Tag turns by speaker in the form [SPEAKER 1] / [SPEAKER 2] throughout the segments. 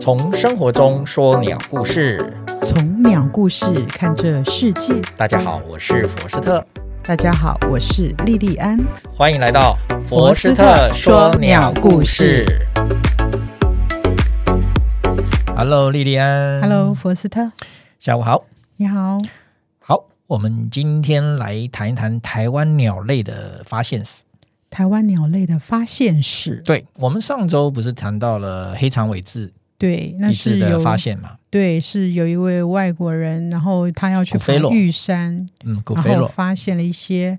[SPEAKER 1] 从生活中说鸟故事。
[SPEAKER 2] 从鸟故事看这世界。
[SPEAKER 1] 大家好，我是佛斯特，
[SPEAKER 2] 大家好，我是莉莉安。
[SPEAKER 1] 欢迎来到
[SPEAKER 2] 佛斯特说鸟故事。
[SPEAKER 1] Hello，莉莉安。
[SPEAKER 2] Hello，佛斯特，
[SPEAKER 1] 下午好。
[SPEAKER 2] 你好。
[SPEAKER 1] 好，我们今天来谈一谈台湾鸟类的发现史。
[SPEAKER 2] 台湾鸟类的发现史，
[SPEAKER 1] 对我们上周不是谈到了黑长尾雉
[SPEAKER 2] 对，那
[SPEAKER 1] 一
[SPEAKER 2] 是
[SPEAKER 1] 致
[SPEAKER 2] 有
[SPEAKER 1] 的发现嘛？
[SPEAKER 2] 对，是有一位外国人，然后他要去
[SPEAKER 1] 古菲
[SPEAKER 2] 爬
[SPEAKER 1] 洛
[SPEAKER 2] 玉山，
[SPEAKER 1] 嗯，古菲
[SPEAKER 2] 然后
[SPEAKER 1] 洛。
[SPEAKER 2] 发现了一些。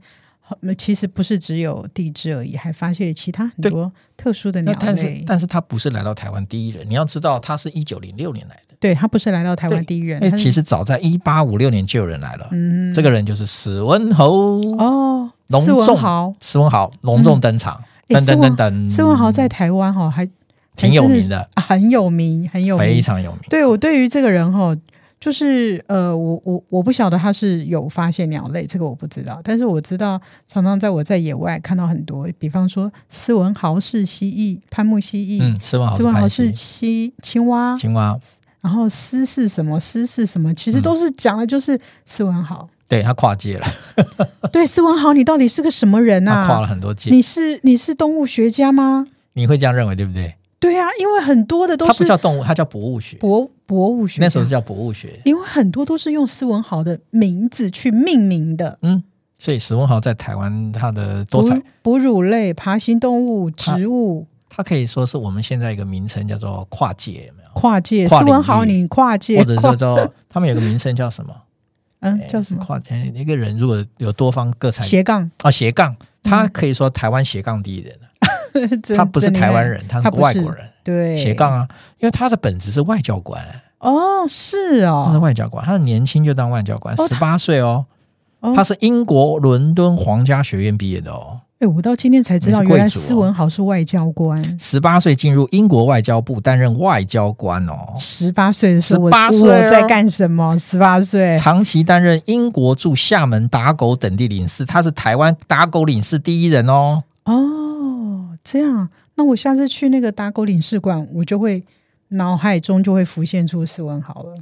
[SPEAKER 2] 呃其实不是只有地质而已，还发现了其他很
[SPEAKER 1] 对
[SPEAKER 2] 多特殊的
[SPEAKER 1] 那
[SPEAKER 2] 鸟
[SPEAKER 1] 但是
[SPEAKER 2] 类。
[SPEAKER 1] 但是他不是来到台湾第一人，你要知道他是一九零六年来的，
[SPEAKER 2] 对，他不是来到台湾
[SPEAKER 1] 对
[SPEAKER 2] 第一人，
[SPEAKER 1] 哎，
[SPEAKER 2] 他是
[SPEAKER 1] 其实早在一八五六年就有人来了。
[SPEAKER 2] 嗯，
[SPEAKER 1] 这个人就是史文侯，
[SPEAKER 2] 哦，
[SPEAKER 1] 隆
[SPEAKER 2] 斯文
[SPEAKER 1] 重
[SPEAKER 2] 豪，
[SPEAKER 1] 史文豪隆重登场，
[SPEAKER 2] 诶
[SPEAKER 1] 噔
[SPEAKER 2] 斯
[SPEAKER 1] 噔
[SPEAKER 2] 文
[SPEAKER 1] 噔噔，
[SPEAKER 2] 斯文豪在台湾哈、哦、还
[SPEAKER 1] 挺有名
[SPEAKER 2] 的、
[SPEAKER 1] 的，
[SPEAKER 2] 啊很有名，很有
[SPEAKER 1] 非
[SPEAKER 2] 名。
[SPEAKER 1] 常有名。
[SPEAKER 2] 对我对于这个人哈、哦，就是呃，我我我不晓得他是有发现鸟类，这个我不知道，但是我知道常常在我在野外看到很多，比方说斯文豪是蜥蜴，潘木蜥蜴，
[SPEAKER 1] 嗯，史文豪
[SPEAKER 2] 斯
[SPEAKER 1] 是
[SPEAKER 2] 文豪
[SPEAKER 1] 潘
[SPEAKER 2] 是
[SPEAKER 1] 西
[SPEAKER 2] 青青蛙，
[SPEAKER 1] 青蛙，
[SPEAKER 2] 然后狮是什么，狮是什么，其实
[SPEAKER 1] 嗯
[SPEAKER 2] 都是讲的就是斯文豪。
[SPEAKER 1] 对他跨界了，
[SPEAKER 2] 对，斯文豪，你到底是个什么人
[SPEAKER 1] 他跨
[SPEAKER 2] 啊？
[SPEAKER 1] 了很多界。
[SPEAKER 2] 你是你是动物学家吗？
[SPEAKER 1] 你会这样认为对不对？
[SPEAKER 2] 对啊，因为很多的都
[SPEAKER 1] 它不
[SPEAKER 2] 是
[SPEAKER 1] 叫动物，它叫博物学。
[SPEAKER 2] 博博物学家，
[SPEAKER 1] 那时候叫博物学，
[SPEAKER 2] 因为很多都是用斯文豪的名字去命名的，
[SPEAKER 1] 嗯，所以史文豪在台湾他的多彩
[SPEAKER 2] 哺，哺乳类、爬行动物、植物
[SPEAKER 1] 它可以说是我们现在一个名称叫做跨界，有没有？
[SPEAKER 2] 跨界。
[SPEAKER 1] 跨
[SPEAKER 2] 斯
[SPEAKER 1] 领域
[SPEAKER 2] 文豪，你跨界
[SPEAKER 1] 或者
[SPEAKER 2] 跨
[SPEAKER 1] 叫做他们有个名称叫什么？
[SPEAKER 2] 嗯
[SPEAKER 1] 哎
[SPEAKER 2] 叫什么
[SPEAKER 1] 跨界一个人如果有多方各才
[SPEAKER 2] 斜杠？
[SPEAKER 1] 啊斜杠，他可以说台湾斜杠第一人，
[SPEAKER 2] 嗯
[SPEAKER 1] 啊
[SPEAKER 2] 真
[SPEAKER 1] 他不是
[SPEAKER 2] 真厉害
[SPEAKER 1] 台湾人，他是
[SPEAKER 2] 他不是
[SPEAKER 1] 外国人。
[SPEAKER 2] 对
[SPEAKER 1] 斜杠啊，因为他的本职是外交官，
[SPEAKER 2] 哦，是
[SPEAKER 1] 他是
[SPEAKER 2] 哦，
[SPEAKER 1] 外交官，他很年轻就当外交官，
[SPEAKER 2] 哦
[SPEAKER 1] 十
[SPEAKER 2] 他
[SPEAKER 1] 八岁哦，
[SPEAKER 2] 哦
[SPEAKER 1] 他是英国伦敦皇家学院毕业的哦，
[SPEAKER 2] 哎，我到今天才知道，
[SPEAKER 1] 你是贵
[SPEAKER 2] 原
[SPEAKER 1] 族哦哦
[SPEAKER 2] 来斯文豪是外交官。
[SPEAKER 1] 十八岁进入英国外交部担任外交官哦，
[SPEAKER 2] 十八岁的时候，我
[SPEAKER 1] 18岁
[SPEAKER 2] 我
[SPEAKER 1] 哦
[SPEAKER 2] 在干什么？十八岁，
[SPEAKER 1] 长期担任英国驻厦门打狗等地领事，他是台湾打狗领事第一人哦。
[SPEAKER 2] 哦，这样，那我下次去那个打狗领事馆，我就会脑海中就会浮现出斯文豪了。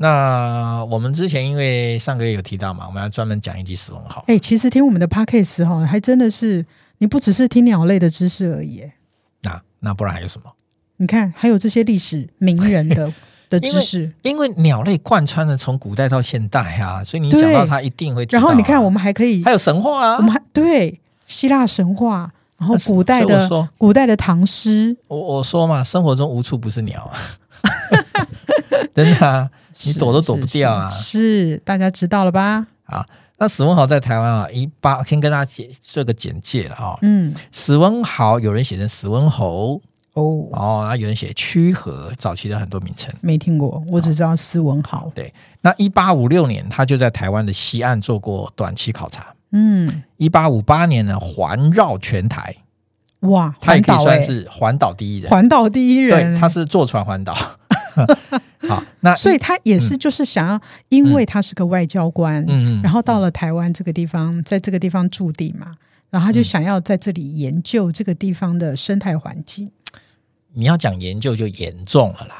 [SPEAKER 1] 那我们之前因为上个月有提到嘛，我们要专门讲一集史文豪，
[SPEAKER 2] 哎、其实听我们的 podcast 哈，还真的是你不只是听鸟类的知识而已耶。
[SPEAKER 1] 那那不然还有什么？
[SPEAKER 2] 你看，还有这些历史名人 的的
[SPEAKER 1] 因
[SPEAKER 2] 知
[SPEAKER 1] 为
[SPEAKER 2] 识。
[SPEAKER 1] 因为鸟类贯穿了从古代到现代啊，所以你
[SPEAKER 2] 对
[SPEAKER 1] 讲到它一定会提到
[SPEAKER 2] 然
[SPEAKER 1] 啊、
[SPEAKER 2] 后你看，我们还可以，
[SPEAKER 1] 还有神话啊，
[SPEAKER 2] 我们还对希腊神话，然后
[SPEAKER 1] 那是
[SPEAKER 2] 古代
[SPEAKER 1] 所以呃我
[SPEAKER 2] 的
[SPEAKER 1] 说
[SPEAKER 2] 古代的唐诗，
[SPEAKER 1] 我我说嘛，生活中无处不是鸟啊， 真的啊，你
[SPEAKER 2] 是
[SPEAKER 1] 躲都躲不掉啊。
[SPEAKER 2] 是是是大家知道了吧？
[SPEAKER 1] 那史文豪在台湾啊，一八先跟大家解做个简介了啊、
[SPEAKER 2] 嗯，
[SPEAKER 1] 史文豪有人写成史文侯，
[SPEAKER 2] 哦，
[SPEAKER 1] 哦，那有人写曲和，早期的很多名称。
[SPEAKER 2] 没听过，我只知道斯文豪。
[SPEAKER 1] 那一八五六年，他就在台湾的西岸做过短期考察。
[SPEAKER 2] 嗯，
[SPEAKER 1] 一八五八年呢，环绕全台，
[SPEAKER 2] 哇，
[SPEAKER 1] 他也
[SPEAKER 2] 环
[SPEAKER 1] 可以
[SPEAKER 2] 岛哎、
[SPEAKER 1] 算是环岛第一人。
[SPEAKER 2] 环岛第一人
[SPEAKER 1] 对，
[SPEAKER 2] 欸，
[SPEAKER 1] 他是坐船环岛。 好，那
[SPEAKER 2] 所以他也是就是想要，因为他是个外交官，
[SPEAKER 1] 嗯嗯，
[SPEAKER 2] 然后到了台湾这个地方，在这个地方驻地嘛，然
[SPEAKER 1] 嗯
[SPEAKER 2] 后他就想要在这里研究这个地方的生态环境，
[SPEAKER 1] 你要讲研究就严重了啦。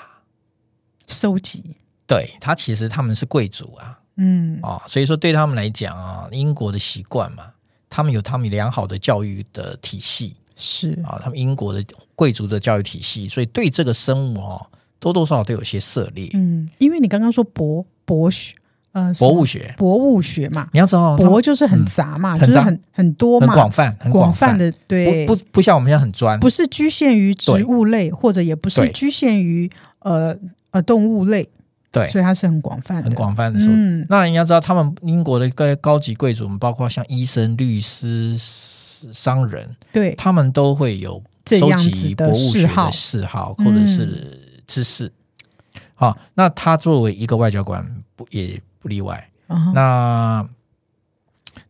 [SPEAKER 2] 收集。
[SPEAKER 1] 对他，其实他们是贵族啊，
[SPEAKER 2] 嗯，
[SPEAKER 1] 哦，所以说对他们来讲啊，英国的习惯嘛，他们有他们良好的教育的体系
[SPEAKER 2] 是
[SPEAKER 1] 啊、他们英国的贵族的教育体系，所以对这个生物哦，多多少少都有些涉猎。
[SPEAKER 2] 嗯，因为你刚刚说博博学，呃，
[SPEAKER 1] 博
[SPEAKER 2] 什
[SPEAKER 1] 物
[SPEAKER 2] 么
[SPEAKER 1] 学，
[SPEAKER 2] 博物学嘛，
[SPEAKER 1] 你要知道，它
[SPEAKER 2] 博就是很杂嘛，
[SPEAKER 1] 嗯
[SPEAKER 2] 就是
[SPEAKER 1] 很杂
[SPEAKER 2] 很很多
[SPEAKER 1] 很
[SPEAKER 2] 嘛，
[SPEAKER 1] 广泛，很
[SPEAKER 2] 广
[SPEAKER 1] 泛
[SPEAKER 2] 泛，的对，
[SPEAKER 1] 不不不像我们现在很专，
[SPEAKER 2] 不是局限于植物类，或者也不是
[SPEAKER 1] 对
[SPEAKER 2] 局限于呃呃动物类，
[SPEAKER 1] 对，
[SPEAKER 2] 所以它是很广泛的，
[SPEAKER 1] 很广泛的时候。
[SPEAKER 2] 嗯，
[SPEAKER 1] 那你要知道，他们英国的各高级贵族，我们包括像医生、律师、商人，
[SPEAKER 2] 对，
[SPEAKER 1] 他们都会有
[SPEAKER 2] 这
[SPEAKER 1] 收
[SPEAKER 2] 样
[SPEAKER 1] 集
[SPEAKER 2] 子
[SPEAKER 1] 博
[SPEAKER 2] 的
[SPEAKER 1] 物学
[SPEAKER 2] 嗜好嗯
[SPEAKER 1] 的，嗜好，或者是知识。好、那他作为一个外交官，不也不例外。
[SPEAKER 2] 嗯
[SPEAKER 1] 那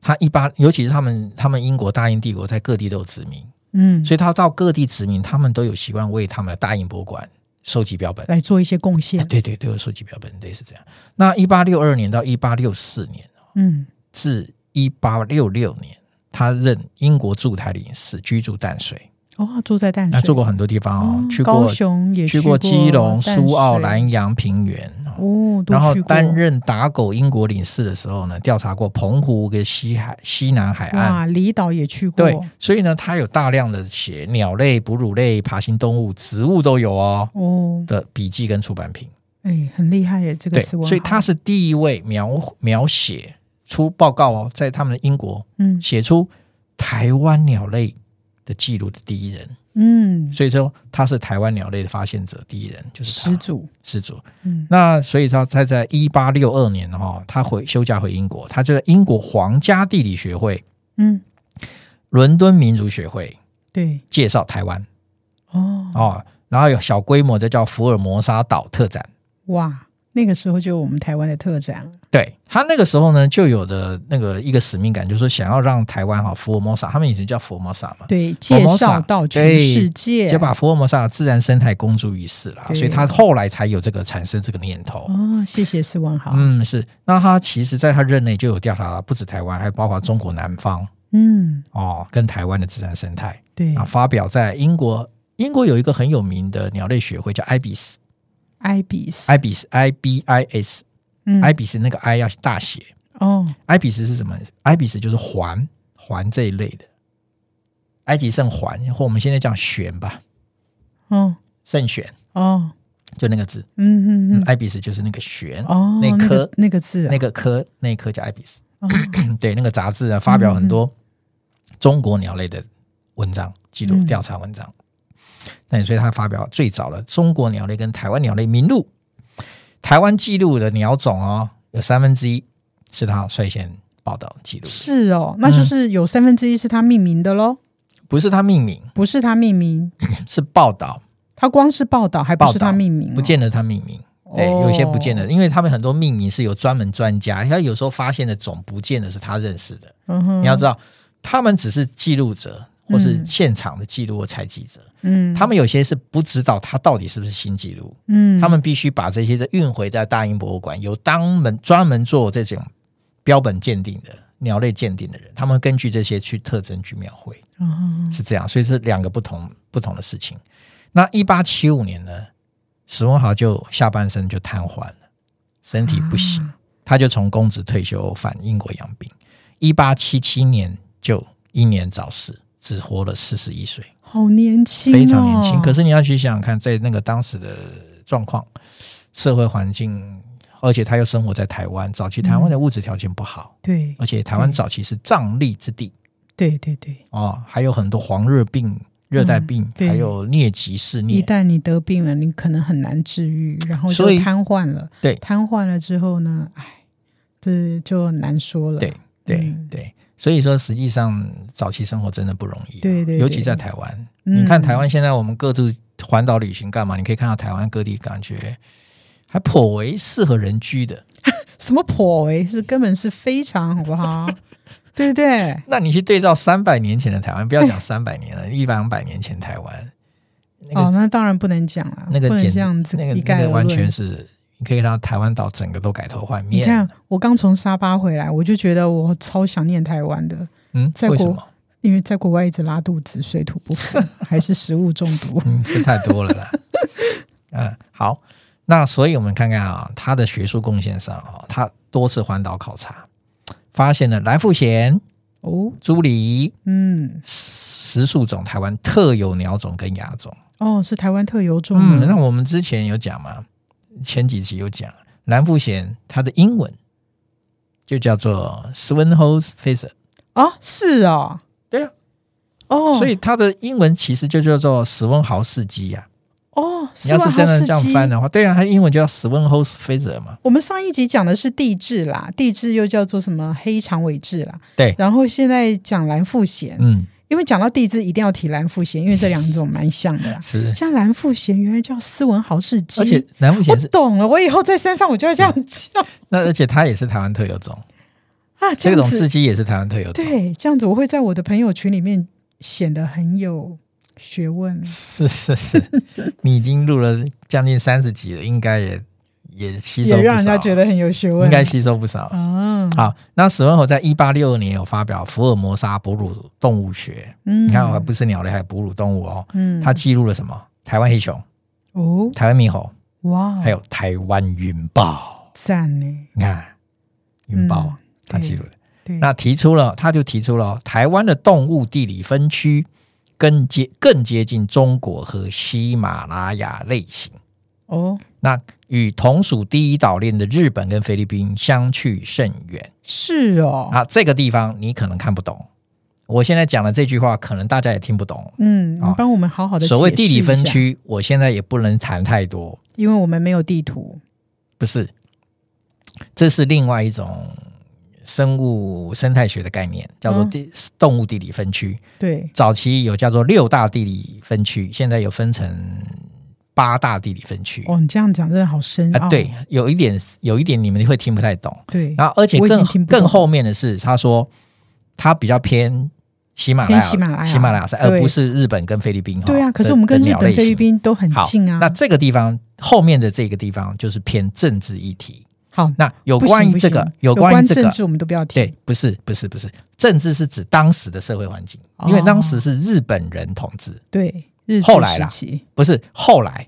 [SPEAKER 1] 他一八，尤其是他们，他们英国大英帝国在各地都有殖民，
[SPEAKER 2] 嗯，
[SPEAKER 1] 所以他到各地殖民，他们都有习惯为他们的大英博物馆收集标本。
[SPEAKER 2] 来做一些贡
[SPEAKER 1] 哎
[SPEAKER 2] 献，
[SPEAKER 1] 对对对，我收集标本类似这样。那一八六二年到一八六四年
[SPEAKER 2] 嗯
[SPEAKER 1] 至一八六六年，他任英国驻台领事，居住淡水。
[SPEAKER 2] 哦，住在淡
[SPEAKER 1] 那
[SPEAKER 2] 水，
[SPEAKER 1] 住过很多地方哦，去
[SPEAKER 2] 嗯高
[SPEAKER 1] 过
[SPEAKER 2] 雄也
[SPEAKER 1] 去
[SPEAKER 2] 过
[SPEAKER 1] 过基隆、
[SPEAKER 2] 淡水
[SPEAKER 1] 苏澳、南洋平原。哦
[SPEAKER 2] 哦，都
[SPEAKER 1] 然后
[SPEAKER 2] 去过
[SPEAKER 1] 担任打狗英国领事的时候呢，调查过澎湖跟西海、西南海岸。
[SPEAKER 2] 哇，哦离岛也去过，
[SPEAKER 1] 对，所以呢，它有大量的写鸟类、哺乳类、爬行动物、植物都有哦
[SPEAKER 2] 哦，
[SPEAKER 1] 的笔记跟出版品。
[SPEAKER 2] 哎，很厉害耶，这个
[SPEAKER 1] 对，
[SPEAKER 2] 斯文豪，
[SPEAKER 1] 所以他是第一位描描写出报告哦，在他们的英国
[SPEAKER 2] 嗯
[SPEAKER 1] 写出台湾鸟类的记录的第一人。
[SPEAKER 2] 嗯
[SPEAKER 1] 所以说他是台湾鸟类的发现者第一人，就是他
[SPEAKER 2] 始祖，
[SPEAKER 1] 始祖。
[SPEAKER 2] 嗯
[SPEAKER 1] 那所以他他在一八六二年哈、哦，他回休假回英国，他就在英国皇家地理学会、
[SPEAKER 2] 嗯，
[SPEAKER 1] 伦敦民族学会
[SPEAKER 2] 对
[SPEAKER 1] 介绍台湾
[SPEAKER 2] 哦，
[SPEAKER 1] 哦，然后有小规模的叫福尔摩沙岛特展。
[SPEAKER 2] 哇，那个时候就有我们台湾的特展，
[SPEAKER 1] 对他那个时候呢，就有的那个一个使命感，就是说想要让台湾哈、福尔摩沙，他们以前叫福尔摩沙嘛，
[SPEAKER 2] 对，介绍到全
[SPEAKER 1] 哦对
[SPEAKER 2] 世界，
[SPEAKER 1] 就把福尔摩沙的自然生态公诸于世啦，
[SPEAKER 2] 对
[SPEAKER 1] 所以他后来才有这个产生这个念头。
[SPEAKER 2] 哦，谢谢斯文豪，
[SPEAKER 1] 嗯，是。那他其实在他任内就有调查，不止台湾，还包括中国南方
[SPEAKER 2] 嗯，
[SPEAKER 1] 哦，跟台湾的自然生态
[SPEAKER 2] 对
[SPEAKER 1] 啊，发表在英国。英国有一个很有名的鸟类学会叫 IBIS，IBIS
[SPEAKER 2] 艾比斯，
[SPEAKER 1] I B I S
[SPEAKER 2] 嗯
[SPEAKER 1] IBIS 那个 I 要大写
[SPEAKER 2] 哦，
[SPEAKER 1] ，IBIS 是什么？IBIS 就是环环这一类的，埃及圣环或我们现在讲玄吧，
[SPEAKER 2] 哦
[SPEAKER 1] 圣玄
[SPEAKER 2] 哦，
[SPEAKER 1] 就那个字，
[SPEAKER 2] 嗯嗯
[SPEAKER 1] 嗯
[SPEAKER 2] 嗯，
[SPEAKER 1] ，IBIS 就是那个玄
[SPEAKER 2] 哦，
[SPEAKER 1] 那
[SPEAKER 2] 个
[SPEAKER 1] 颗
[SPEAKER 2] 那个字啊，
[SPEAKER 1] 那个科那一科叫 IBIS。
[SPEAKER 2] 哦 嗯
[SPEAKER 1] 对那个杂志啊，发表很多中国鸟类的文章、记录
[SPEAKER 2] 嗯
[SPEAKER 1] 调查文章。那、所以他发表最早的中国鸟类跟台湾鸟类名录，台湾记录的鸟种哦，有三分之一是他率先报道记录的，
[SPEAKER 2] 是哦，
[SPEAKER 1] 嗯
[SPEAKER 2] 那就是有三分之一是他命名的喽，
[SPEAKER 1] 不是他命名，
[SPEAKER 2] 不是他命名，
[SPEAKER 1] 是报道，
[SPEAKER 2] 他光是报道还不
[SPEAKER 1] 报
[SPEAKER 2] 是
[SPEAKER 1] 道
[SPEAKER 2] 他命名哦，
[SPEAKER 1] 不见得他命名。对，有一些不见得，
[SPEAKER 2] 哦，
[SPEAKER 1] 因为他们很多命名是有专门专家，他有时候发现的种不见得是他认识的。
[SPEAKER 2] 嗯哼
[SPEAKER 1] 你要知道，他们只是记录者或是
[SPEAKER 2] 嗯
[SPEAKER 1] 现场的记录或采集者，
[SPEAKER 2] 嗯，
[SPEAKER 1] 他们有些是不知道它到底是不是新纪录，
[SPEAKER 2] 嗯，
[SPEAKER 1] 他们必须把这些的运回在大英博物馆，由当门专门做这种标本鉴定的鸟类鉴定的人，他们根据这些去特征去描绘，
[SPEAKER 2] 嗯
[SPEAKER 1] 是这样，所以是两个不同不同的事情。那一八七五年呢，史文豪就下半身就瘫痪了，身体不行，他就从公职退休返英国养病。一八七七年就英年早逝，只活了四十一岁。
[SPEAKER 2] 好年轻、哦，
[SPEAKER 1] 非常年轻。可
[SPEAKER 2] 是
[SPEAKER 1] 是你要去想想看，在那个当时的状况、社会环境，而且他又生活在台湾，早期台湾
[SPEAKER 2] 嗯
[SPEAKER 1] 的物质条件不好，
[SPEAKER 2] 对
[SPEAKER 1] 而且台湾
[SPEAKER 2] 对
[SPEAKER 1] 早期是瘴疠之地
[SPEAKER 2] 对对对，
[SPEAKER 1] 哦，还有很多黄热病、热带病，
[SPEAKER 2] 嗯对
[SPEAKER 1] 还有疟疾肆
[SPEAKER 2] 一
[SPEAKER 1] 虐。
[SPEAKER 2] 旦你得病了，你可能很难治愈，然后就
[SPEAKER 1] 所以
[SPEAKER 2] 瘫痪了。
[SPEAKER 1] 对
[SPEAKER 2] 瘫痪了之后呢，哎，这就难说了。
[SPEAKER 1] 对对
[SPEAKER 2] 嗯
[SPEAKER 1] 对，所以说实际上早期生活真的不容易啊，
[SPEAKER 2] 对对对
[SPEAKER 1] 尤其在台湾。
[SPEAKER 2] 嗯
[SPEAKER 1] 你看台湾现在我们各自环岛旅行干嘛？你可以看到台湾各地感觉还颇为适合人居的。
[SPEAKER 2] 什么颇为是根本是非常好不 好？对不对？
[SPEAKER 1] 那你去对照三百年前的台湾，不要讲三百年 了，一百两百年前台湾，那个、
[SPEAKER 2] 哦，那当然不能讲了，
[SPEAKER 1] 那个
[SPEAKER 2] 不能
[SPEAKER 1] 简
[SPEAKER 2] 这
[SPEAKER 1] 直
[SPEAKER 2] 样子
[SPEAKER 1] 那个
[SPEAKER 2] 一概
[SPEAKER 1] 那
[SPEAKER 2] 而
[SPEAKER 1] 个
[SPEAKER 2] 论。
[SPEAKER 1] 完全是，你可以让台湾岛整个都改头换
[SPEAKER 2] 你
[SPEAKER 1] 面。
[SPEAKER 2] 看，我刚从沙巴回来，我就觉得我超想念台湾的，
[SPEAKER 1] 嗯，
[SPEAKER 2] 在
[SPEAKER 1] 为
[SPEAKER 2] 国
[SPEAKER 1] 什么？
[SPEAKER 2] 因为在国外一直拉肚子、水土不服， 还是食物中毒。
[SPEAKER 1] 嗯，吃太多了 啦。嗯，好，那所以我们看看啊，他的学术贡献上啊，他多次环岛考察，发现了蓝腹鹇、
[SPEAKER 2] 哦，
[SPEAKER 1] 朱鹂
[SPEAKER 2] 嗯，
[SPEAKER 1] 十数种台湾特有鸟种跟亚种。
[SPEAKER 2] 哦，是台湾特有种
[SPEAKER 1] 嗯，那
[SPEAKER 2] 吗。
[SPEAKER 1] 我们之前有讲嘛，前几集有讲蓝腹鹇，它的英文就叫做 Swanhose Pheasant，
[SPEAKER 2] 哦，是哦，
[SPEAKER 1] 对啊，
[SPEAKER 2] 哦，
[SPEAKER 1] 所以它的英文其实就叫做史温豪斯基呀、
[SPEAKER 2] 哦，
[SPEAKER 1] 你要是
[SPEAKER 2] 斯
[SPEAKER 1] 真的
[SPEAKER 2] 文豪斯
[SPEAKER 1] 这样
[SPEAKER 2] 基
[SPEAKER 1] 翻的话，对啊，它英文就叫 Swanhose Pheasant 嘛。
[SPEAKER 2] 我们上一集讲的是地质啦，地质又叫做什么黑长尾雉啦，
[SPEAKER 1] 对
[SPEAKER 2] 然后现在讲蓝腹鹇，
[SPEAKER 1] 嗯，。
[SPEAKER 2] 因为讲到地质一定要提蓝腹鹇，因为这两种蛮像的啦
[SPEAKER 1] 是，
[SPEAKER 2] 像蓝腹鹇原来叫斯文豪氏鸡，
[SPEAKER 1] 而且蓝腹
[SPEAKER 2] 我
[SPEAKER 1] 鹇是
[SPEAKER 2] 懂了，我以后在山上我就要这样叫
[SPEAKER 1] 那，而且它也是台湾特有种，
[SPEAKER 2] 啊，
[SPEAKER 1] 这
[SPEAKER 2] 这样
[SPEAKER 1] 种
[SPEAKER 2] 子
[SPEAKER 1] 雉鸡也是台湾特有种。
[SPEAKER 2] 对，这样子我会在我的朋友群里面显得很有学问。
[SPEAKER 1] 是是是，你已经录了将近三十集了，应该也也吸收
[SPEAKER 2] 也
[SPEAKER 1] 不
[SPEAKER 2] 让人家
[SPEAKER 1] 少，
[SPEAKER 2] 觉得很有学问，
[SPEAKER 1] 应该吸收不少。
[SPEAKER 2] 啊，
[SPEAKER 1] 好，那史文侯在一八六二年有发表《福尔摩沙哺乳动物学》，
[SPEAKER 2] 嗯，
[SPEAKER 1] 你看，我哦还不是鸟类，还有哺乳动物哦。
[SPEAKER 2] 嗯，
[SPEAKER 1] 它记录了什么？台湾黑熊、
[SPEAKER 2] 哦，
[SPEAKER 1] 台湾猕猴，
[SPEAKER 2] 哇，
[SPEAKER 1] 还有台湾云豹。
[SPEAKER 2] 赞呢，
[SPEAKER 1] 你看，云豹
[SPEAKER 2] 嗯
[SPEAKER 1] 它
[SPEAKER 2] 对
[SPEAKER 1] 记录了，
[SPEAKER 2] 对，
[SPEAKER 1] 那提出了，他就提出了哦台湾的动物地理分区更接更接近中国和喜马拉雅类型。
[SPEAKER 2] 哦
[SPEAKER 1] 那与同属第一岛链的日本跟菲律宾相去甚远
[SPEAKER 2] 是哦，
[SPEAKER 1] 啊，这个地方你可能看不懂。我现在讲的这句话，可能大家也听不懂。
[SPEAKER 2] 嗯，你
[SPEAKER 1] 啊
[SPEAKER 2] 帮我们好好的
[SPEAKER 1] 所谓地理分，区，我现在也不能谈太多，
[SPEAKER 2] 因为我们没有地图，
[SPEAKER 1] 不是，这是另外一种生物生态学的概念，叫做
[SPEAKER 2] 嗯
[SPEAKER 1] 地、动物地理分区。
[SPEAKER 2] 对，
[SPEAKER 1] 早期有叫做六大地理分区，现在有分成八大地理分区。
[SPEAKER 2] 哦，你这样讲真的好深
[SPEAKER 1] 啊，
[SPEAKER 2] 奥，
[SPEAKER 1] 对，有一点，有一点你们会听不太懂。
[SPEAKER 2] 对，
[SPEAKER 1] 然后，而且
[SPEAKER 2] 我已经
[SPEAKER 1] 更
[SPEAKER 2] 听不懂
[SPEAKER 1] 更后面的是，他说他比较偏喜马拉雅，
[SPEAKER 2] 偏喜马拉雅
[SPEAKER 1] 山，而
[SPEAKER 2] 对
[SPEAKER 1] 不是日本跟菲律宾哈。
[SPEAKER 2] 对啊，
[SPEAKER 1] 的
[SPEAKER 2] 可是我们跟
[SPEAKER 1] 的哦
[SPEAKER 2] 日
[SPEAKER 1] 鸟
[SPEAKER 2] 本、
[SPEAKER 1] 类
[SPEAKER 2] 菲律
[SPEAKER 1] 型
[SPEAKER 2] 宾都很
[SPEAKER 1] 好
[SPEAKER 2] 近啊，
[SPEAKER 1] 那这个地方后面的这个地方就是偏政治议题。
[SPEAKER 2] 好，
[SPEAKER 1] 那有
[SPEAKER 2] 不行
[SPEAKER 1] 关于
[SPEAKER 2] 不
[SPEAKER 1] 这个
[SPEAKER 2] 行，
[SPEAKER 1] 有
[SPEAKER 2] 关
[SPEAKER 1] 关于这
[SPEAKER 2] 政
[SPEAKER 1] 个，
[SPEAKER 2] 治我们都不要提，
[SPEAKER 1] 对，不是不是不是，政治是指当时的社会环境，因为
[SPEAKER 2] 哦
[SPEAKER 1] 当时是日本人统治。
[SPEAKER 2] 对，日
[SPEAKER 1] 后
[SPEAKER 2] 治
[SPEAKER 1] 来
[SPEAKER 2] 时
[SPEAKER 1] 啦
[SPEAKER 2] 期，
[SPEAKER 1] 不是后来，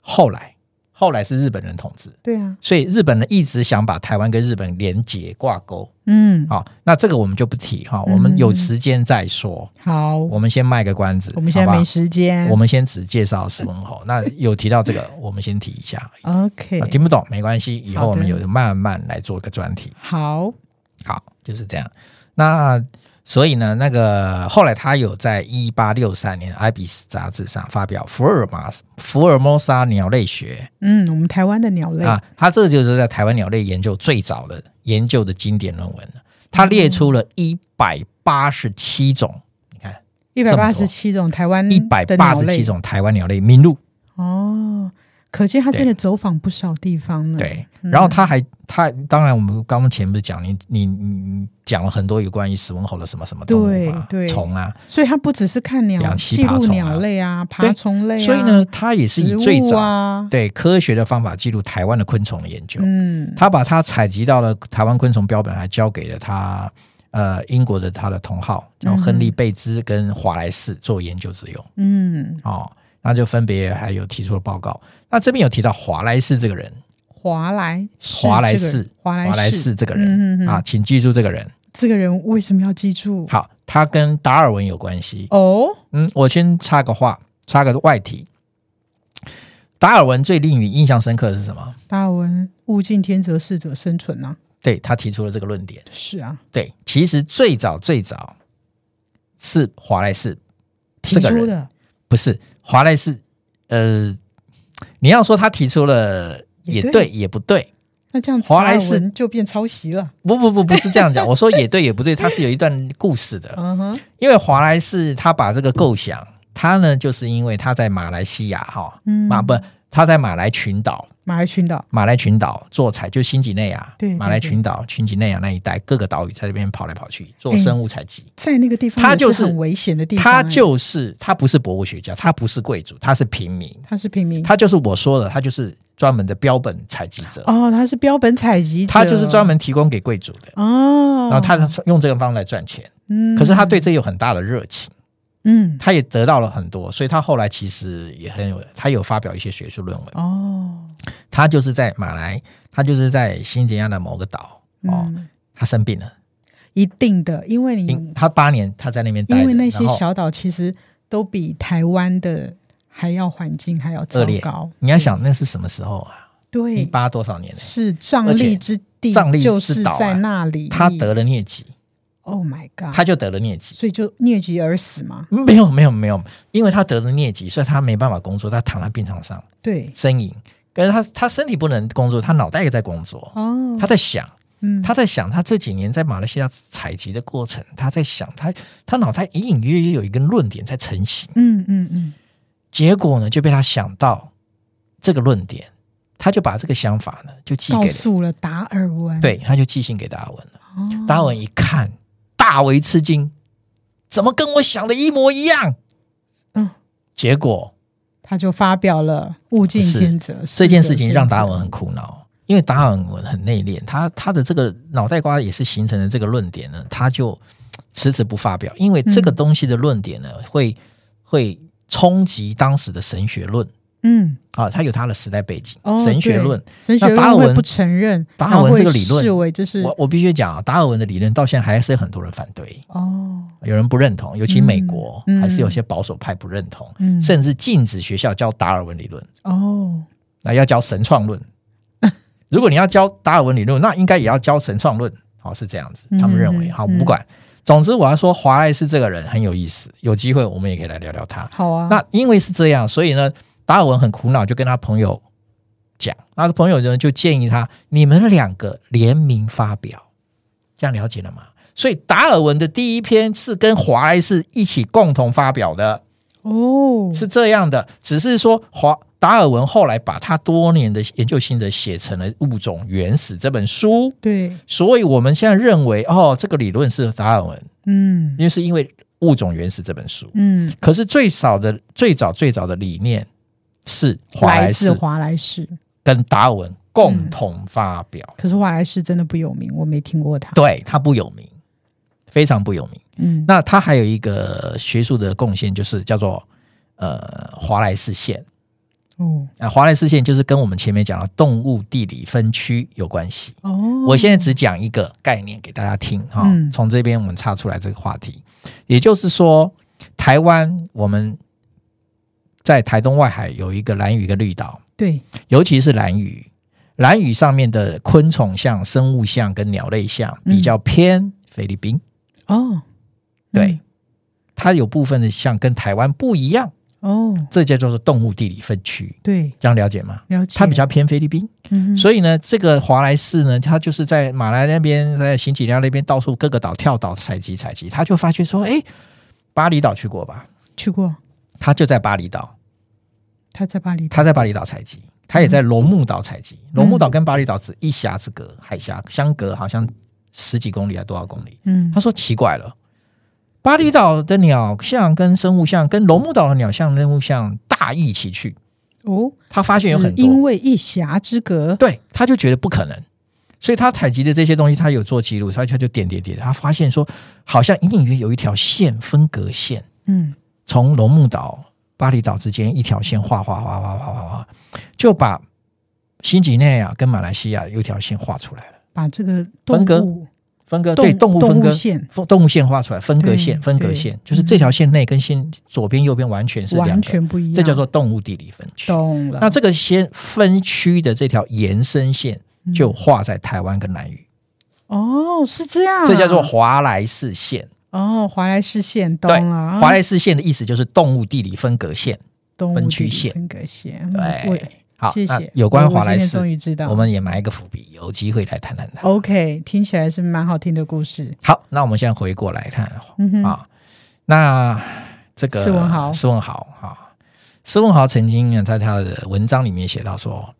[SPEAKER 1] 后来，后来是日本人统治，
[SPEAKER 2] 对啊，
[SPEAKER 1] 所以日本人一直想把台湾跟日本连结挂钩。
[SPEAKER 2] 嗯，
[SPEAKER 1] 好、那这个我们就不提哈、
[SPEAKER 2] 嗯
[SPEAKER 1] 我们有时间再说。
[SPEAKER 2] 好，
[SPEAKER 1] 我们先卖个关子，
[SPEAKER 2] 我们现在
[SPEAKER 1] 好吧
[SPEAKER 2] 没时间，
[SPEAKER 1] 我们先只介绍石门侯。那有提到这个，我们先提一下。
[SPEAKER 2] OK，
[SPEAKER 1] 啊听不懂没关系，以后
[SPEAKER 2] 好的
[SPEAKER 1] 我们有慢慢来做个专题。
[SPEAKER 2] 好，
[SPEAKER 1] 好，就是这样。那所以呢，那个后来他有在一八六三年《艾比斯》杂志上发表《福尔马斯福尔摩沙鸟类学
[SPEAKER 2] 嗯，我们台湾的鸟》类，
[SPEAKER 1] 啊，他这就是在台湾鸟类研究最早的研究的经典论文了。他列出
[SPEAKER 2] 嗯
[SPEAKER 1] 了一百八十七种，你看
[SPEAKER 2] 一百
[SPEAKER 1] 这
[SPEAKER 2] 八
[SPEAKER 1] 么
[SPEAKER 2] 十
[SPEAKER 1] 多
[SPEAKER 2] 七种台湾
[SPEAKER 1] 一百
[SPEAKER 2] 嗯的
[SPEAKER 1] 八
[SPEAKER 2] 鸟
[SPEAKER 1] 十
[SPEAKER 2] 类
[SPEAKER 1] 七种台湾鸟类名录，
[SPEAKER 2] 哦，可见他真的走访不少地方呢。
[SPEAKER 1] 对。
[SPEAKER 2] 嗯，
[SPEAKER 1] 然后他还他当然我们刚刚前不是讲你你你讲了很多有关于石文猴的什么什么动物嘛
[SPEAKER 2] 对对
[SPEAKER 1] 虫啊，
[SPEAKER 2] 所以他不只是看鸟，
[SPEAKER 1] 两栖
[SPEAKER 2] 记
[SPEAKER 1] 爬
[SPEAKER 2] 录
[SPEAKER 1] 虫啊
[SPEAKER 2] 鸟类啊，爬
[SPEAKER 1] 对
[SPEAKER 2] 虫类啊，
[SPEAKER 1] 所以呢，他也是
[SPEAKER 2] 植
[SPEAKER 1] 以
[SPEAKER 2] 物
[SPEAKER 1] 最早
[SPEAKER 2] 啊，
[SPEAKER 1] 对科学的方法记录台湾的昆虫的研究。
[SPEAKER 2] 嗯，
[SPEAKER 1] 他把他采集到了台湾昆虫标本，还交给了他呃英国的他的同号叫
[SPEAKER 2] 嗯哼
[SPEAKER 1] 亨利贝兹跟华莱士做研究之用
[SPEAKER 2] 嗯，
[SPEAKER 1] 哦。那就分别还有提出了报告。那这边有提到华莱士这个人，
[SPEAKER 2] 华莱士，
[SPEAKER 1] 华莱
[SPEAKER 2] 这个
[SPEAKER 1] 士
[SPEAKER 2] 人，华
[SPEAKER 1] 华莱
[SPEAKER 2] 莱士
[SPEAKER 1] 士这个人、
[SPEAKER 2] 嗯嗯嗯
[SPEAKER 1] 啊，，请记住这个人。
[SPEAKER 2] 这个人为什么要记住？
[SPEAKER 1] 好，他跟达尔文有关系。
[SPEAKER 2] 哦，
[SPEAKER 1] 嗯，我先插个话，插个外题。达尔文最令你印象深刻的是什么？
[SPEAKER 2] 达尔文物竞天择，适者生存啊，
[SPEAKER 1] 对他提出了这个论点。
[SPEAKER 2] 是啊，
[SPEAKER 1] 对，其实最早最早是华莱士，
[SPEAKER 2] 提
[SPEAKER 1] 这个
[SPEAKER 2] 出
[SPEAKER 1] 人
[SPEAKER 2] 的
[SPEAKER 1] 不是华莱士。呃，你要说他提出了也
[SPEAKER 2] 也
[SPEAKER 1] 对，
[SPEAKER 2] 对
[SPEAKER 1] 也不对。
[SPEAKER 2] 那这样子，
[SPEAKER 1] 华莱士
[SPEAKER 2] 就变抄袭了。
[SPEAKER 1] 不不不，不是这样讲。我说也对，也 不对，他是有一段故事的。
[SPEAKER 2] 嗯哼，
[SPEAKER 1] 因为华莱士他把这个构想，他呢就是因为他在马来西亚哈，
[SPEAKER 2] 嗯，
[SPEAKER 1] 马不他在马来群岛
[SPEAKER 2] 马来群岛，
[SPEAKER 1] 马来群岛做采，就新几内亚，
[SPEAKER 2] 对对
[SPEAKER 1] 马来群岛、群几内亚那一带各个岛屿在这边跑来跑去做
[SPEAKER 2] 哎
[SPEAKER 1] 生物采集。
[SPEAKER 2] 在那个地方
[SPEAKER 1] 他
[SPEAKER 2] 也
[SPEAKER 1] 就是
[SPEAKER 2] 很危险的地方哎，
[SPEAKER 1] 他就是他不是博物学家，他不是贵族，他是平民，
[SPEAKER 2] 他是平民，
[SPEAKER 1] 他就是我说的，他就是专门的标本采集者，
[SPEAKER 2] 哦，他是标本采集者，
[SPEAKER 1] 他就是专门提供给贵族的。
[SPEAKER 2] 哦，
[SPEAKER 1] 然后他用这个方法来赚钱，
[SPEAKER 2] 嗯，
[SPEAKER 1] 可是他对这有很大的热情，
[SPEAKER 2] 嗯
[SPEAKER 1] 他也得到了很多，所以他后来其实也很有，他有发表一些学术论文。
[SPEAKER 2] 哦
[SPEAKER 1] 他就是在马来，他就是在新几内亚的某个岛哦，
[SPEAKER 2] 嗯，
[SPEAKER 1] 他生病了，
[SPEAKER 2] 一定的，因为你
[SPEAKER 1] 因他八年他在那边待着，
[SPEAKER 2] 因为那些
[SPEAKER 1] 然后
[SPEAKER 2] 小岛其实都比台湾的还要环境还要糟
[SPEAKER 1] 恶劣
[SPEAKER 2] 糕，
[SPEAKER 1] 你要想那是什么时候啊？一
[SPEAKER 2] 对，
[SPEAKER 1] 八多少年呢？
[SPEAKER 2] 是瘴
[SPEAKER 1] 而且
[SPEAKER 2] 疠之地，
[SPEAKER 1] 瘴疠
[SPEAKER 2] 就
[SPEAKER 1] 之
[SPEAKER 2] 是
[SPEAKER 1] 岛啊
[SPEAKER 2] 在那里，
[SPEAKER 1] 他得了疟疾，
[SPEAKER 2] ，Oh my God，
[SPEAKER 1] 他就得了疟疾。
[SPEAKER 2] 所以就疟疾而死嘛，
[SPEAKER 1] 没有没有没有，因为他得了疟疾，所以他没办法工作，他躺在病床上
[SPEAKER 2] 对，
[SPEAKER 1] 呻吟。可是他他身体不能工作，他脑袋也在工作，
[SPEAKER 2] 哦，
[SPEAKER 1] 他在想，
[SPEAKER 2] 嗯，
[SPEAKER 1] 他在想他这几年在马来西亚采集的过程，他在想他他脑袋隐隐约约有一个论点在成型，
[SPEAKER 2] 嗯嗯嗯，
[SPEAKER 1] 结果呢就被他想到这个论点，他就把这个想法呢就寄
[SPEAKER 2] 告
[SPEAKER 1] 给了，
[SPEAKER 2] 诉了达尔文，
[SPEAKER 1] 对，他就寄信给达尔文了。
[SPEAKER 2] 哦，
[SPEAKER 1] 达尔文一看，大为吃惊，怎么跟我想的一模一样？
[SPEAKER 2] 嗯，
[SPEAKER 1] 结果
[SPEAKER 2] 他就发表了“物竞天择”
[SPEAKER 1] 这件事情让达尔文很苦恼，因为达尔文很内敛，他他的这个脑袋瓜也是形成了这个论点呢，他就迟迟不发表，因为这个东西的论点呢，会会冲击当时的神学论
[SPEAKER 2] 嗯，
[SPEAKER 1] 啊，他有他的时代背景，
[SPEAKER 2] 哦
[SPEAKER 1] 神学论。
[SPEAKER 2] 神学
[SPEAKER 1] 达尔
[SPEAKER 2] 论
[SPEAKER 1] 文
[SPEAKER 2] 会不承认，
[SPEAKER 1] 达尔
[SPEAKER 2] 然后
[SPEAKER 1] 文
[SPEAKER 2] 会
[SPEAKER 1] 这个理论
[SPEAKER 2] 视为就是
[SPEAKER 1] 我我必须讲啊，达尔文的理论到现在还是有很多人反对，
[SPEAKER 2] 哦，
[SPEAKER 1] 有人不认同，尤其美国、
[SPEAKER 2] 嗯嗯
[SPEAKER 1] 还是有些保守派不认同，
[SPEAKER 2] 嗯，
[SPEAKER 1] 甚至禁止学校教达尔文理论，
[SPEAKER 2] 哦，
[SPEAKER 1] 那要教神创 论。如果你要教达尔文理论，那应该也要教神创论，好、是这样子，他们认为
[SPEAKER 2] 嗯
[SPEAKER 1] 好
[SPEAKER 2] 嗯
[SPEAKER 1] 不管。总之，我要说华莱士这个人很有意思，有机会我们也可以来聊聊他。
[SPEAKER 2] 好啊，
[SPEAKER 1] 那因为是这样，所以呢，达尔文很苦恼，就跟他朋友讲，他的朋友呢就建议他，你们两个联名发表，这样了解了吗？所以达尔文的第一篇是跟华莱士一起共同发表的，
[SPEAKER 2] 哦，
[SPEAKER 1] 是这样的，只是说华达尔文后来把他多年的研究心得写成了《物种原始》这本书，
[SPEAKER 2] 对，
[SPEAKER 1] 所以我们现在认为哦，这个理论是达尔文，
[SPEAKER 2] 嗯
[SPEAKER 1] 因为是因为《物种原始》这本书。
[SPEAKER 2] 嗯，
[SPEAKER 1] 可是最少的最早最早的理念是华莱
[SPEAKER 2] 来自
[SPEAKER 1] 士
[SPEAKER 2] 华莱士，
[SPEAKER 1] 跟达尔文共同发表，
[SPEAKER 2] 可是华莱士真的不有名，我没听过他，
[SPEAKER 1] 对他不有名，非常不有名。
[SPEAKER 2] 嗯，
[SPEAKER 1] 那他还有一个学术的贡献，就是叫做呃华莱士线
[SPEAKER 2] 哦
[SPEAKER 1] 啊，华莱士线就是跟我们前面讲的动物地理分区有关系。
[SPEAKER 2] 哦，
[SPEAKER 1] 我现在只讲一个概念给大家听哈
[SPEAKER 2] 嗯，
[SPEAKER 1] 从这边我们岔出来这个话题，也就是说，台湾我们在台东外海有一个蓝屿跟绿岛，
[SPEAKER 2] 对，
[SPEAKER 1] 尤其是蓝屿，蓝屿上面的昆虫像、生物像跟鸟类像
[SPEAKER 2] 嗯
[SPEAKER 1] 比较偏菲律宾，
[SPEAKER 2] 哦，
[SPEAKER 1] 对它有部分的像跟台湾不一样，
[SPEAKER 2] 嗯，哦，
[SPEAKER 1] 这叫做动物地理分区，
[SPEAKER 2] 对，
[SPEAKER 1] 这样了解吗？
[SPEAKER 2] 了解，
[SPEAKER 1] 它比，较偏菲律宾，
[SPEAKER 2] 嗯
[SPEAKER 1] 所以呢，这个华莱士呢，他就是在马来那边，在新几内亚那边到处各个岛跳岛采集采集，他就发觉说，哎，巴厘岛去过吧？
[SPEAKER 2] 哼去过，
[SPEAKER 1] 他就在巴厘岛，
[SPEAKER 2] 他在巴黎，
[SPEAKER 1] 他在巴厘岛采集，他也在罗目岛采集。罗目岛跟巴厘岛只一峡之隔，海峡相隔好像十几公里还多少公里。
[SPEAKER 2] 嗯
[SPEAKER 1] 他说奇怪了，巴厘岛的鸟像跟生物像跟罗目岛的鸟像、生物像大异其趣，
[SPEAKER 2] 哦，
[SPEAKER 1] 他发现有很
[SPEAKER 2] 只因
[SPEAKER 1] 多，
[SPEAKER 2] 为一峡之隔，
[SPEAKER 1] 对，他就觉得不可能。所以他采集的这些东西，他有做记录，所以他就点点点，他发现说，好像隐隐约有一条线分隔线，
[SPEAKER 2] 嗯
[SPEAKER 1] 从龙目岛、巴厘岛之间一条线画画画画画画画，就把新几内亚跟马来西亚有一条线画出来了，
[SPEAKER 2] 把这个
[SPEAKER 1] 分割
[SPEAKER 2] 动物
[SPEAKER 1] 分割
[SPEAKER 2] 动
[SPEAKER 1] 对动物分
[SPEAKER 2] 动
[SPEAKER 1] 割
[SPEAKER 2] 物。线
[SPEAKER 1] 分动物线画出来，分隔
[SPEAKER 2] 对
[SPEAKER 1] 线，分隔
[SPEAKER 2] 对嗯
[SPEAKER 1] 线，就是这条线内跟线左边右边完全是两
[SPEAKER 2] 完
[SPEAKER 1] 个，
[SPEAKER 2] 全不一样，
[SPEAKER 1] 这叫做动物地理分区。
[SPEAKER 2] 懂了。
[SPEAKER 1] 那这个先分区的这条延伸线
[SPEAKER 2] 嗯
[SPEAKER 1] 就画在台湾跟南屿，
[SPEAKER 2] 哦，是这样啊，
[SPEAKER 1] 这叫做华莱士线。
[SPEAKER 2] 哦，华莱士线懂
[SPEAKER 1] 对
[SPEAKER 2] 了啊，，
[SPEAKER 1] 华莱士线的意思就是动物地理分隔线。
[SPEAKER 2] 东
[SPEAKER 1] 分区线
[SPEAKER 2] 分隔线，嗯
[SPEAKER 1] 对，好，
[SPEAKER 2] 谢
[SPEAKER 1] 那
[SPEAKER 2] 谢。
[SPEAKER 1] 有关
[SPEAKER 2] 我
[SPEAKER 1] 华莱
[SPEAKER 2] 今天
[SPEAKER 1] 士，
[SPEAKER 2] 终于知道，
[SPEAKER 1] 我们也埋一个伏笔，有机会来谈谈它。
[SPEAKER 2] OK，听起来是蛮好听的故事。
[SPEAKER 1] 好，那我们现在回过来看
[SPEAKER 2] 嗯哼，
[SPEAKER 1] 啊，那这个
[SPEAKER 2] 施文豪
[SPEAKER 1] 施文豪啊，施文豪曾经呢在他的文章里面写到说，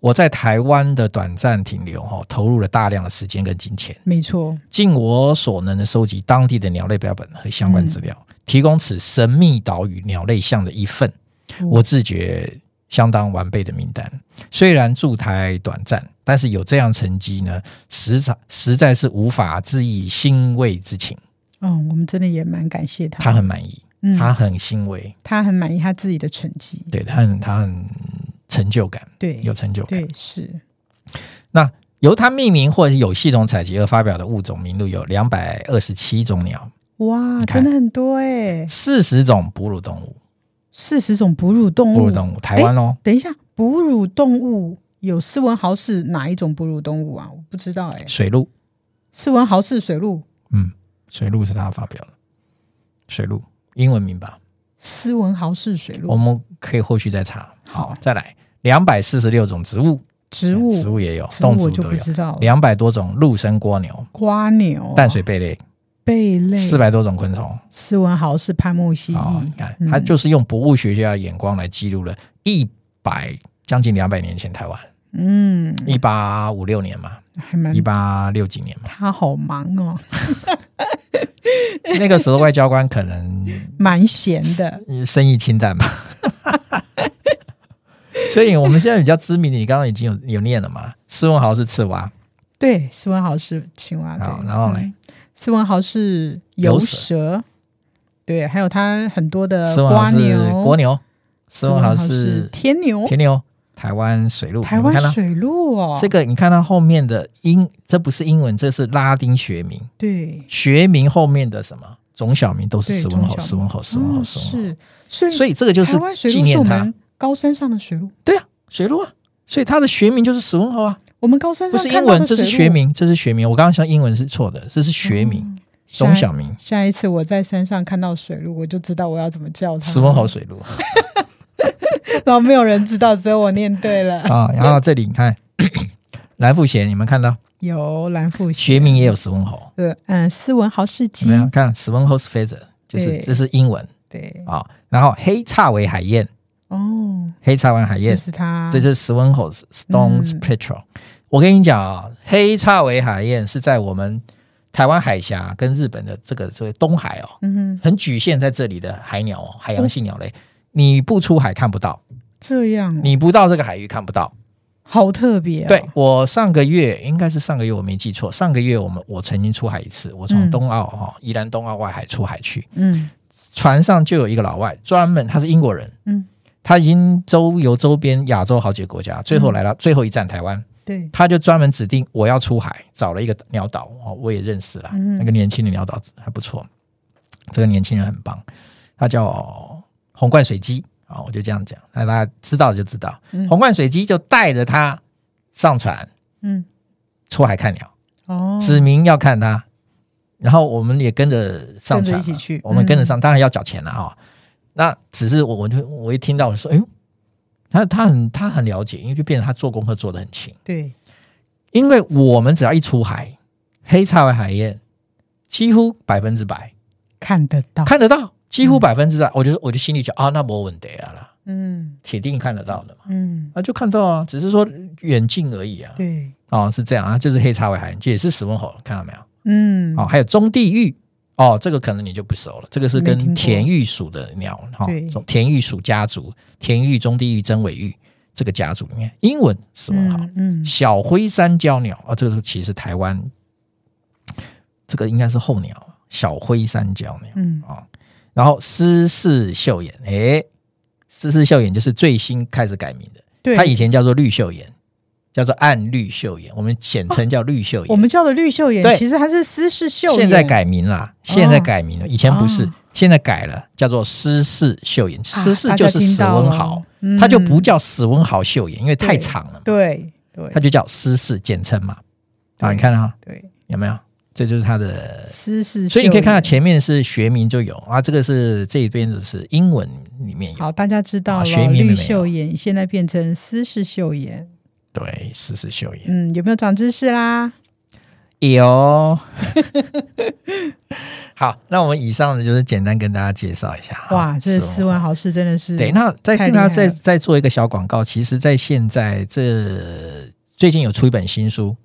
[SPEAKER 1] 我在台湾的短暂停留哦，投入了大量的时间跟金钱，
[SPEAKER 2] 没错，
[SPEAKER 1] 尽我所能的收集当地的鸟类标本和相关资料，
[SPEAKER 2] 嗯
[SPEAKER 1] 提供此神秘岛屿鸟类像的一份，
[SPEAKER 2] 嗯
[SPEAKER 1] 我自觉相当完备的名单。虽然驻台短暂，但是有这样成绩呢，实在实在是无法致以欣慰之情。
[SPEAKER 2] 嗯，我们真的也蛮感谢他，
[SPEAKER 1] 他很满意，
[SPEAKER 2] 嗯
[SPEAKER 1] 他很欣慰，
[SPEAKER 2] 他很满意他自己的成绩，
[SPEAKER 1] 对他很他很成就感，
[SPEAKER 2] 对，
[SPEAKER 1] 有成就感。
[SPEAKER 2] 对是，
[SPEAKER 1] 由他命名或者是有系统采集而发表的物种名录有两百二十七种鸟，
[SPEAKER 2] 哇，
[SPEAKER 1] 看
[SPEAKER 2] 真的很多哎，
[SPEAKER 1] 四十种哺乳动物，
[SPEAKER 2] 四十种哺乳动物。
[SPEAKER 1] 哺乳动物，台湾哦，
[SPEAKER 2] 等一下，哺乳动物有斯文豪是哪一种哺乳动物啊？我不知道哎，
[SPEAKER 1] 水鹿，
[SPEAKER 2] 斯文豪是水鹿，
[SPEAKER 1] 嗯，水鹿是他发表的，水鹿英文名吧，
[SPEAKER 2] 斯文豪是水
[SPEAKER 1] 我
[SPEAKER 2] 鹿，
[SPEAKER 1] 们可以后续再查。
[SPEAKER 2] 好
[SPEAKER 1] 哦好，再来两百四十六种植物，哎
[SPEAKER 2] 植物
[SPEAKER 1] 植物也有，
[SPEAKER 2] 植
[SPEAKER 1] 动
[SPEAKER 2] 物
[SPEAKER 1] 植
[SPEAKER 2] 我
[SPEAKER 1] 物
[SPEAKER 2] 就
[SPEAKER 1] 都
[SPEAKER 2] 不
[SPEAKER 1] 有，
[SPEAKER 2] 知道了。哦
[SPEAKER 1] 两百多种陆生蜗牛、
[SPEAKER 2] 瓜牛、
[SPEAKER 1] 淡水贝类，
[SPEAKER 2] 贝类、
[SPEAKER 1] 四百多种昆虫。
[SPEAKER 2] 斯文豪是潘木蜥
[SPEAKER 1] 哦，你
[SPEAKER 2] 蜴，
[SPEAKER 1] 看，
[SPEAKER 2] 嗯
[SPEAKER 1] 它就是用博物学家的眼光来记录了一百将近两百年前台湾，
[SPEAKER 2] 嗯，
[SPEAKER 1] 一八五六年嘛，
[SPEAKER 2] 还蛮
[SPEAKER 1] 一八六几年嘛，
[SPEAKER 2] 他好忙哦，
[SPEAKER 1] 那个时候外交官可能
[SPEAKER 2] 蛮闲的。
[SPEAKER 1] 呃生意清淡嘛， 所以我们现在比较知名的，你刚刚已经有有念了嘛？斯文豪是赤蛙，
[SPEAKER 2] 对，斯文豪是青蛙，对
[SPEAKER 1] 好，然后嘞
[SPEAKER 2] 嗯斯文豪是
[SPEAKER 1] 游
[SPEAKER 2] 游
[SPEAKER 1] 蛇
[SPEAKER 2] 蛇，对，还有他很多的
[SPEAKER 1] 斯文豪
[SPEAKER 2] 嗯呃瓜
[SPEAKER 1] 是
[SPEAKER 2] 牛，
[SPEAKER 1] 国牛，斯
[SPEAKER 2] 斯
[SPEAKER 1] 文
[SPEAKER 2] 文
[SPEAKER 1] 豪
[SPEAKER 2] 豪
[SPEAKER 1] 是
[SPEAKER 2] 天牛，
[SPEAKER 1] 田牛，台湾水鹿，
[SPEAKER 2] 台
[SPEAKER 1] 你有没有看
[SPEAKER 2] 湾
[SPEAKER 1] 到
[SPEAKER 2] 水鹿哦，
[SPEAKER 1] 这个你看到后面的英，这不是英文，这是拉丁学名，
[SPEAKER 2] 对，
[SPEAKER 1] 学名后面的什么种小名都是
[SPEAKER 2] 对
[SPEAKER 1] 斯文豪、
[SPEAKER 2] 种小名
[SPEAKER 1] 斯文豪、斯文豪、
[SPEAKER 2] 哦
[SPEAKER 1] 斯文
[SPEAKER 2] 是，所
[SPEAKER 1] 豪，
[SPEAKER 2] 以
[SPEAKER 1] 所以这个就是
[SPEAKER 2] 台湾水
[SPEAKER 1] 纪
[SPEAKER 2] 鹿是
[SPEAKER 1] 念
[SPEAKER 2] 我
[SPEAKER 1] 他
[SPEAKER 2] 们高山上的水鹿，
[SPEAKER 1] 水鹿啊，所以它的学名就是斯文豪啊，
[SPEAKER 2] 我们高山
[SPEAKER 1] 不
[SPEAKER 2] 上
[SPEAKER 1] 是
[SPEAKER 2] 看
[SPEAKER 1] 英
[SPEAKER 2] 到
[SPEAKER 1] 文，
[SPEAKER 2] 的
[SPEAKER 1] 这是
[SPEAKER 2] 水鹿
[SPEAKER 1] 学，名，这是学名。我刚刚说英文是错的，这是学名，
[SPEAKER 2] 嗯
[SPEAKER 1] 种小。名，
[SPEAKER 2] 下下一次我在山上看到水鹿，我就知道我要怎么叫它。
[SPEAKER 1] 斯文豪，水鹿
[SPEAKER 2] 然后没有人知道，只有我念对了。
[SPEAKER 1] 啊。然后这里你 看，蓝富贤，你们看到
[SPEAKER 2] 有蓝富
[SPEAKER 1] 学名也有斯文豪，
[SPEAKER 2] 呃嗯，斯文豪士
[SPEAKER 1] 有
[SPEAKER 2] 基
[SPEAKER 1] 没，有看斯文豪 's feather，就是
[SPEAKER 2] 对
[SPEAKER 1] 这是英文
[SPEAKER 2] 对，
[SPEAKER 1] 啊。然后黑叉尾海燕，
[SPEAKER 2] 哦，
[SPEAKER 1] 黑叉尾海
[SPEAKER 2] 就
[SPEAKER 1] 燕，
[SPEAKER 2] 是他，
[SPEAKER 1] 这就是啊斯文豪 's stones
[SPEAKER 2] 嗯
[SPEAKER 1] petrel。我跟你讲啊，黑叉尾海燕是在我们台湾海峡跟日本的这个所谓东海哦，
[SPEAKER 2] 嗯哼，
[SPEAKER 1] 很局限在这里的海鸟哦，海洋性鸟类，你不出海看不到，
[SPEAKER 2] 这样哦
[SPEAKER 1] 你不到这个海域看不到。
[SPEAKER 2] 好特别哦，
[SPEAKER 1] 对我上个月应该是上个月我没记错，上个月我们我曾经出海一次，我从
[SPEAKER 2] 嗯
[SPEAKER 1] 东澳哈、宜兰东澳外海出海去，
[SPEAKER 2] 嗯
[SPEAKER 1] 船上就有一个老外，专门他是英国人，
[SPEAKER 2] 嗯，
[SPEAKER 1] 他已经周游周边亚洲好几个国家，最后来到、
[SPEAKER 2] 嗯
[SPEAKER 1] 最后一站台湾，
[SPEAKER 2] 对，
[SPEAKER 1] 他就专门指定我要出海，找了一个鸟岛哦，我也认识了，
[SPEAKER 2] 嗯
[SPEAKER 1] 那个年轻的鸟岛还不错，这个年轻人很棒，他叫红冠水鸡啊、我就这样讲，那大家知道就知道，
[SPEAKER 2] 嗯
[SPEAKER 1] 红冠水鸡就带着他上船
[SPEAKER 2] 嗯
[SPEAKER 1] 出海看鸟，
[SPEAKER 2] 哦，
[SPEAKER 1] 指明要看他，然后我们也跟着上船嘛，
[SPEAKER 2] 跟着一起去嗯
[SPEAKER 1] 我们跟着上，当然要缴钱了哈、那只是我我就我一听到我就说，哎呦，他他很他很了解，因为就变成他做功课做得很勤。
[SPEAKER 2] 对，
[SPEAKER 1] 因为我们只要一出海，黑叉尾海燕几乎百分之百
[SPEAKER 2] 看得到，
[SPEAKER 1] 看得到，几乎百分之百，我就我就心里想啊，那没问题啊啦，
[SPEAKER 2] 嗯
[SPEAKER 1] 铁定看得到的嘛，
[SPEAKER 2] 嗯，
[SPEAKER 1] 啊就看到啊，只是说远近而已啊，
[SPEAKER 2] 对，
[SPEAKER 1] 哦是这样啊，就是黑叉尾海燕，这也是石文猴，看到没有？
[SPEAKER 2] 嗯，
[SPEAKER 1] 哦，还有中地域。哦，这个可能你就不熟了，这个是
[SPEAKER 2] 没听
[SPEAKER 1] 跟
[SPEAKER 2] 过
[SPEAKER 1] 田玉属的鸟哈
[SPEAKER 2] 对，
[SPEAKER 1] 从田玉属家族，田玉、中地域、真尾玉这个家族里面，英文石文豪。
[SPEAKER 2] 嗯嗯
[SPEAKER 1] 小灰山鹪鸟啊，这个是其实台湾这个应该是候鸟，啊小灰山鹪鸟。
[SPEAKER 2] 嗯
[SPEAKER 1] 然后狮氏绣眼，诶，狮氏绣眼就是最新开始改名的，
[SPEAKER 2] 对，
[SPEAKER 1] 它以前叫做绿袖眼，叫做暗绿袖眼，我们简
[SPEAKER 2] 哦
[SPEAKER 1] 称叫绿袖眼。
[SPEAKER 2] 我们叫的绿袖眼
[SPEAKER 1] 对，
[SPEAKER 2] 其实它是丝氏袖啊眼，
[SPEAKER 1] 现在改名啦，现在改名了，以前不是
[SPEAKER 2] 哦，
[SPEAKER 1] 现在改了，叫做狮氏绣眼。
[SPEAKER 2] 啊
[SPEAKER 1] 狮氏就是史文豪，，
[SPEAKER 2] 大家听到了
[SPEAKER 1] 它就不
[SPEAKER 2] 嗯
[SPEAKER 1] 叫史文豪绣眼，因为太
[SPEAKER 2] 对
[SPEAKER 1] 长了嘛，
[SPEAKER 2] 对对
[SPEAKER 1] 它就叫狮氏简称嘛。啊，
[SPEAKER 2] 对
[SPEAKER 1] 你看啊，
[SPEAKER 2] 对
[SPEAKER 1] 有没有？这就是它的，
[SPEAKER 2] 丝氏，
[SPEAKER 1] 呃所以你可以看到。前面是学名就有啊，这个是这一边的是英文里面有，
[SPEAKER 2] 好，大家知道
[SPEAKER 1] 啊
[SPEAKER 2] 了，
[SPEAKER 1] 学名里面
[SPEAKER 2] 绿
[SPEAKER 1] 有
[SPEAKER 2] 袖眼现在变成丝氏袖眼，
[SPEAKER 1] 对，四十秀眼
[SPEAKER 2] 嗯，有没有长知识啦？
[SPEAKER 1] 有。 好，那我们以上的就是简单跟大家介绍一下啊。
[SPEAKER 2] 哇，这
[SPEAKER 1] 斯
[SPEAKER 2] 斯
[SPEAKER 1] 文
[SPEAKER 2] 文豪士真的是
[SPEAKER 1] 对，那再
[SPEAKER 2] 嗯太
[SPEAKER 1] 跟
[SPEAKER 2] 厉
[SPEAKER 1] 大家
[SPEAKER 2] 害
[SPEAKER 1] 再
[SPEAKER 2] 了
[SPEAKER 1] 再做一个小广告，其实，在现在这最近有出一本新书，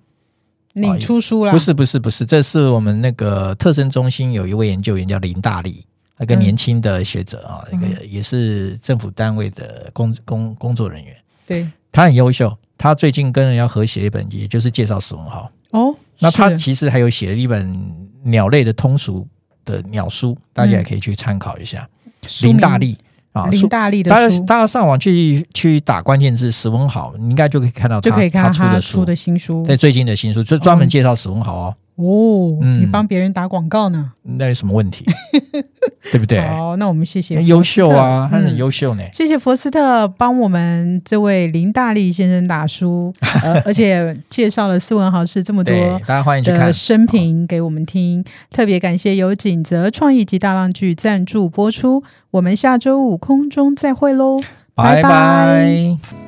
[SPEAKER 2] 你出书啦，
[SPEAKER 1] 不是不是不是，这是我们那个特生中心有一位研究员叫林大力，一个
[SPEAKER 2] 嗯
[SPEAKER 1] 年轻的学者啊，一
[SPEAKER 2] 嗯
[SPEAKER 1] 个也是政府单位的工工工作人员，
[SPEAKER 2] 对
[SPEAKER 1] 他很优秀，他最近跟人家合写一本，也就是介绍史文豪。
[SPEAKER 2] 哦，
[SPEAKER 1] 那他
[SPEAKER 2] 是
[SPEAKER 1] 其实还有写了一本鸟类的通俗的鸟书，大家也可以去参考一下。
[SPEAKER 2] 嗯书
[SPEAKER 1] 林
[SPEAKER 2] 名
[SPEAKER 1] 大力啊，书
[SPEAKER 2] 林大力
[SPEAKER 1] 大
[SPEAKER 2] 的
[SPEAKER 1] 家
[SPEAKER 2] 书
[SPEAKER 1] 大家上网去去打关键字史文豪，你应该就可以看到他
[SPEAKER 2] 就可以看到
[SPEAKER 1] 他
[SPEAKER 2] 他
[SPEAKER 1] 出
[SPEAKER 2] 出
[SPEAKER 1] 的书，
[SPEAKER 2] 的新书
[SPEAKER 1] 在最近的新书，就专门介绍史文豪哦，
[SPEAKER 2] 哦，
[SPEAKER 1] 嗯
[SPEAKER 2] 你帮别人打广告呢？
[SPEAKER 1] 那有什么问 题？对不对？
[SPEAKER 2] 好，那我们谢谢
[SPEAKER 1] 很优秀啊，
[SPEAKER 2] 福
[SPEAKER 1] 他
[SPEAKER 2] 斯特
[SPEAKER 1] 很。优秀呢。
[SPEAKER 2] 嗯谢谢佛斯特帮我们这位林大力先生打 书，呃，而且介绍了斯文豪是这么
[SPEAKER 1] 对
[SPEAKER 2] 多，
[SPEAKER 1] 大家欢迎去看
[SPEAKER 2] 的。生平给我们听。特别感谢由锦泽创意及大浪剧赞助播出。我们下周五空中再会喽，
[SPEAKER 1] 拜
[SPEAKER 2] 拜拜
[SPEAKER 1] 拜。